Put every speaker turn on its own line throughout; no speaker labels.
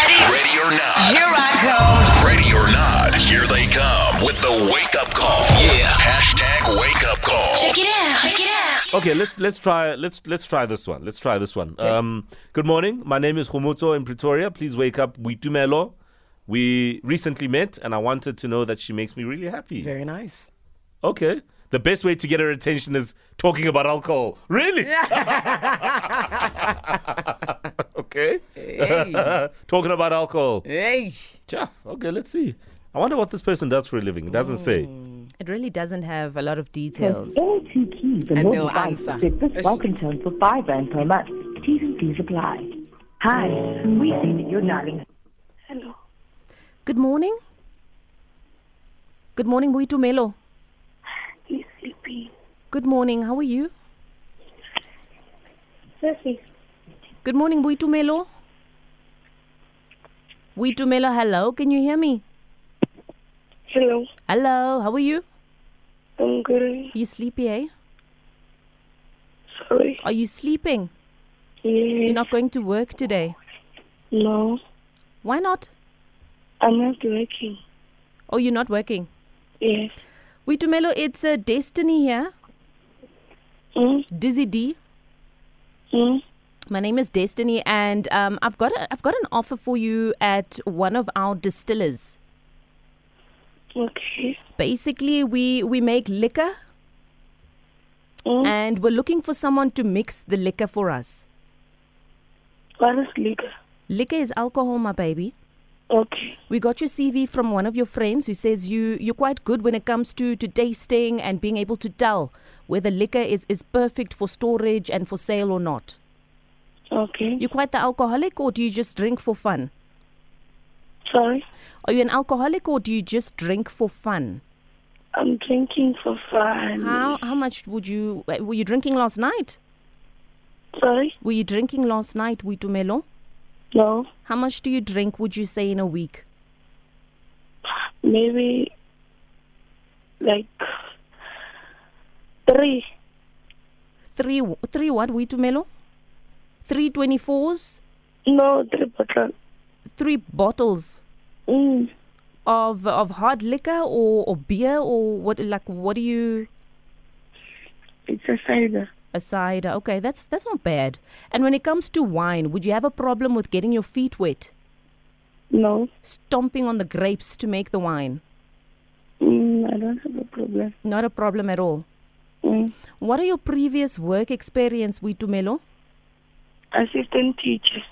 or not.
Here I
Ready or not, here they come with the wake up call. Yeah. Hashtag wake up
go.
call.
Check it out. Check it out.
Okay, let's let's try let's let's try this one. Let's try this one. Um, good morning. My name is Humutso in Pretoria. Please wake up. We Dumelo. We recently met, and I wanted to know that she makes me really happy.
Very nice.
Okay. The best way to get her attention is talking about alcohol. Really? okay. talking about alcohol.
Hey.
Yeah. Okay, let's see. I wonder what this person does for a living. It doesn't
Mm.
say.
It really doesn't have a lot of details.
All two keys and,
And
more
they'll
devices
answer.
with this welcome tone for five rand per month. T's and C's apply. Hi, we see that you're dialing.
Hello.
Good morning. Good morning, Muito Melo.
He's sleeping.
Good morning. How are you?
Seriously.
Good morning, Muito Melo. Muito Melo, hello. Can you hear me?
Hello.
Hello. How are you?
I'm good.
Are you sleepy, eh?
Sorry.
Are you sleeping?
Yeah.
You're not going to work today.
No.
Why not?
I'm not working.
Oh, you're not working.
Yes.
Muito Melo, it's a destiny here.
Mm,
Dizzy D.
mm,
My name is Destiny, and um, I've got a, I've got an offer for you at one of our distillers.
okay.
Basically, we we make liquor,
Mm.
and we're looking for someone to mix the liquor for us.
What is liquor?
Liquor is alcohol, my baby.
Okay.
We got your CV from one of your friends who says you you're quite good when it comes to to tasting and being able to tell whether liquor is is perfect for storage and for sale or not.
Okay.
You're quite the alcoholic, or do you just drink for fun?
Sorry.
Are you an alcoholic, or do you just drink for fun?
I'm drinking for fun.
How how much would you uh, were you drinking last night?
Sorry.
Were you drinking last night, Witumelo?
No.
How much do you drink? Would you say in a week?
Maybe like three.
Three w- three what, Witumelo? Three twenty fours,
No, three bottles.
three bottles
Mm.
of of hard liquor or, or beer or what like what do you
It's a cider.
a cider? uh, Okay, that's that's not bad. And when it comes to wine, would you have a problem with getting your feet wet,
No.
stomping on the grapes to make the wine?
Mm, I don't have a problem.
Not a problem at all.
Mm.
What are your previous work experience, Witumelo?
Assistant teacher.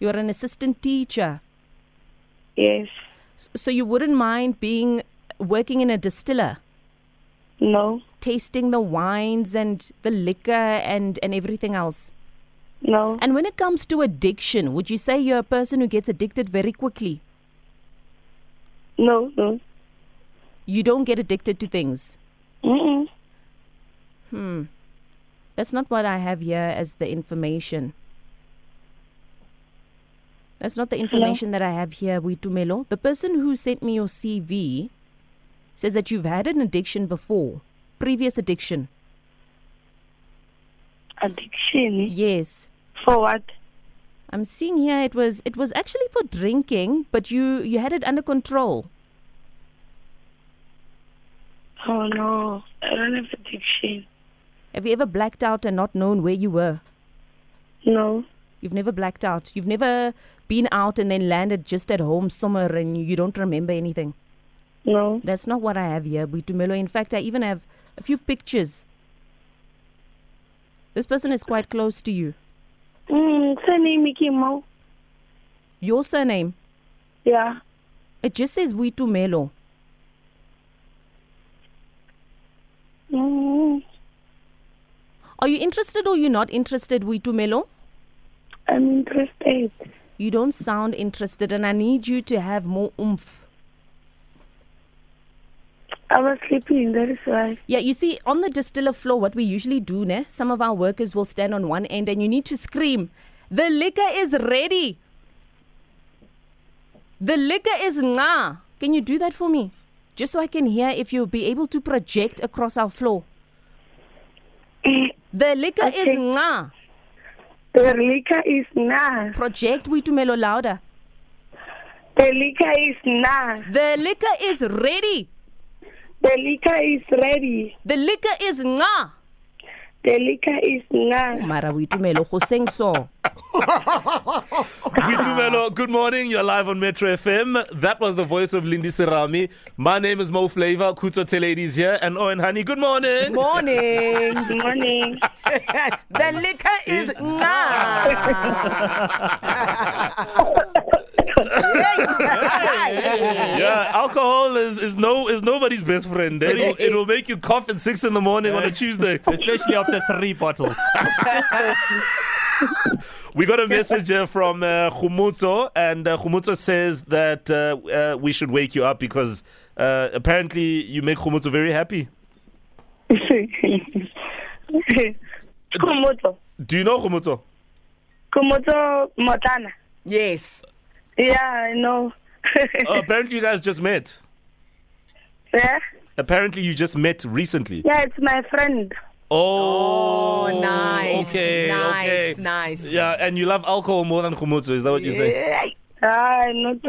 You're an assistant teacher.
Yes.
S- So you wouldn't mind being working in a distiller,
No.
tasting the wines and the liquor and, and everything else.
No.
And when it comes to addiction, would you say you're a person who gets addicted very quickly?
No, no.
You don't get addicted to things.
Mm-mm.
That's not what I have here as the information. That's not the information that I have here, Witumelo. The person who sent me your CV says that you've had an addiction before, previous addiction.
Addiction.
Yes.
For what?
I'm seeing here it was it was actually for drinking, but you you had it under control.
Oh no, I don't have addiction.
Have you ever blacked out and not known where you were?
No,
You've never blacked out. You've never been out and then landed just at home somewhere and you don't remember anything.
no.
That's not what I have here, Buitumelo. In fact, I even have a few pictures. This person is quite close to you.
Mm, surname Mickey Mo.
Your surname,
Yeah.
it just says Witumelo.
Mm,
Are you interested or you not interested, Witumelo?
I'm interested.
You don't sound interested, and I need you to have more oomph.
I was sleeping, that is why.
Yeah, you see, on the distiller floor, what we usually do, ne, some of our workers will stand on one end and you need to scream, The liquor is ready. The liquor is nga. Can you do that for me? Just so I can hear if you'll be able to project across our floor. The liquor is
Okay.
nga.
The liquor is nice.
Project we to mellow louder.
The The liquor is now.
The liquor is ready.
The liquor is ready.
The liquor is nga.
The liquor is now.
Mara boitumelo go seng so.
Boitumelo, good morning. You're live on Metro FM. That was the voice of Lindy Serami. My name is Mo Flavor. Kuto Teledi is here. And Owen Honey, good morning.
Morning.
Good morning.
the liquor is nga.
yeah, alcohol is, is no is nobody's best friend. It'll, it'll make you cough at six in the morning on a Tuesday.
Especially after three bottles.
We got a message uh, from uh, Khumutso, and uh, Khumutso says that uh, uh, we should wake you up because uh, apparently you make Khumutso very happy.
Kumoto.
Do you know Khumutso?
Kumoto Motana.
yes.
Yeah, I know.
Uh, apparently, you guys just met.
yeah?
Apparently, you just met recently.
yeah, it's my friend.
Oh,
Oh, nice.
Okay,
nice,
okay.
nice.
Yeah, and you love alcohol more than Khumutso, is that what you say?
Ah, not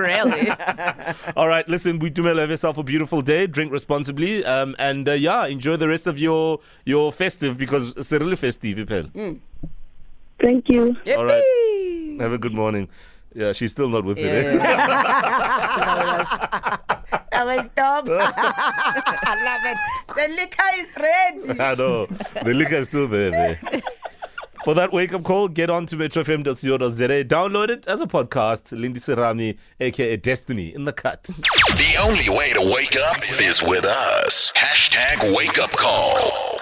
really.
really?
All right, listen, Buitumelo, have yourself a beautiful day. Drink responsibly. Um, and uh, yeah, enjoy the rest of your your festive because it's really festive, Ipel.
Thank you.
All right. Have a good morning. Yeah, she's still not with me. eh?
I will stop. I love it. The liquor is ready.
I know. The liquor is still there. there. For that wake up call, get on to metrofm.co.za. Download it as a podcast. Lindy Serami, aka Destiny, in the cut.
The only way to wake up is with us. Hashtag wake up call.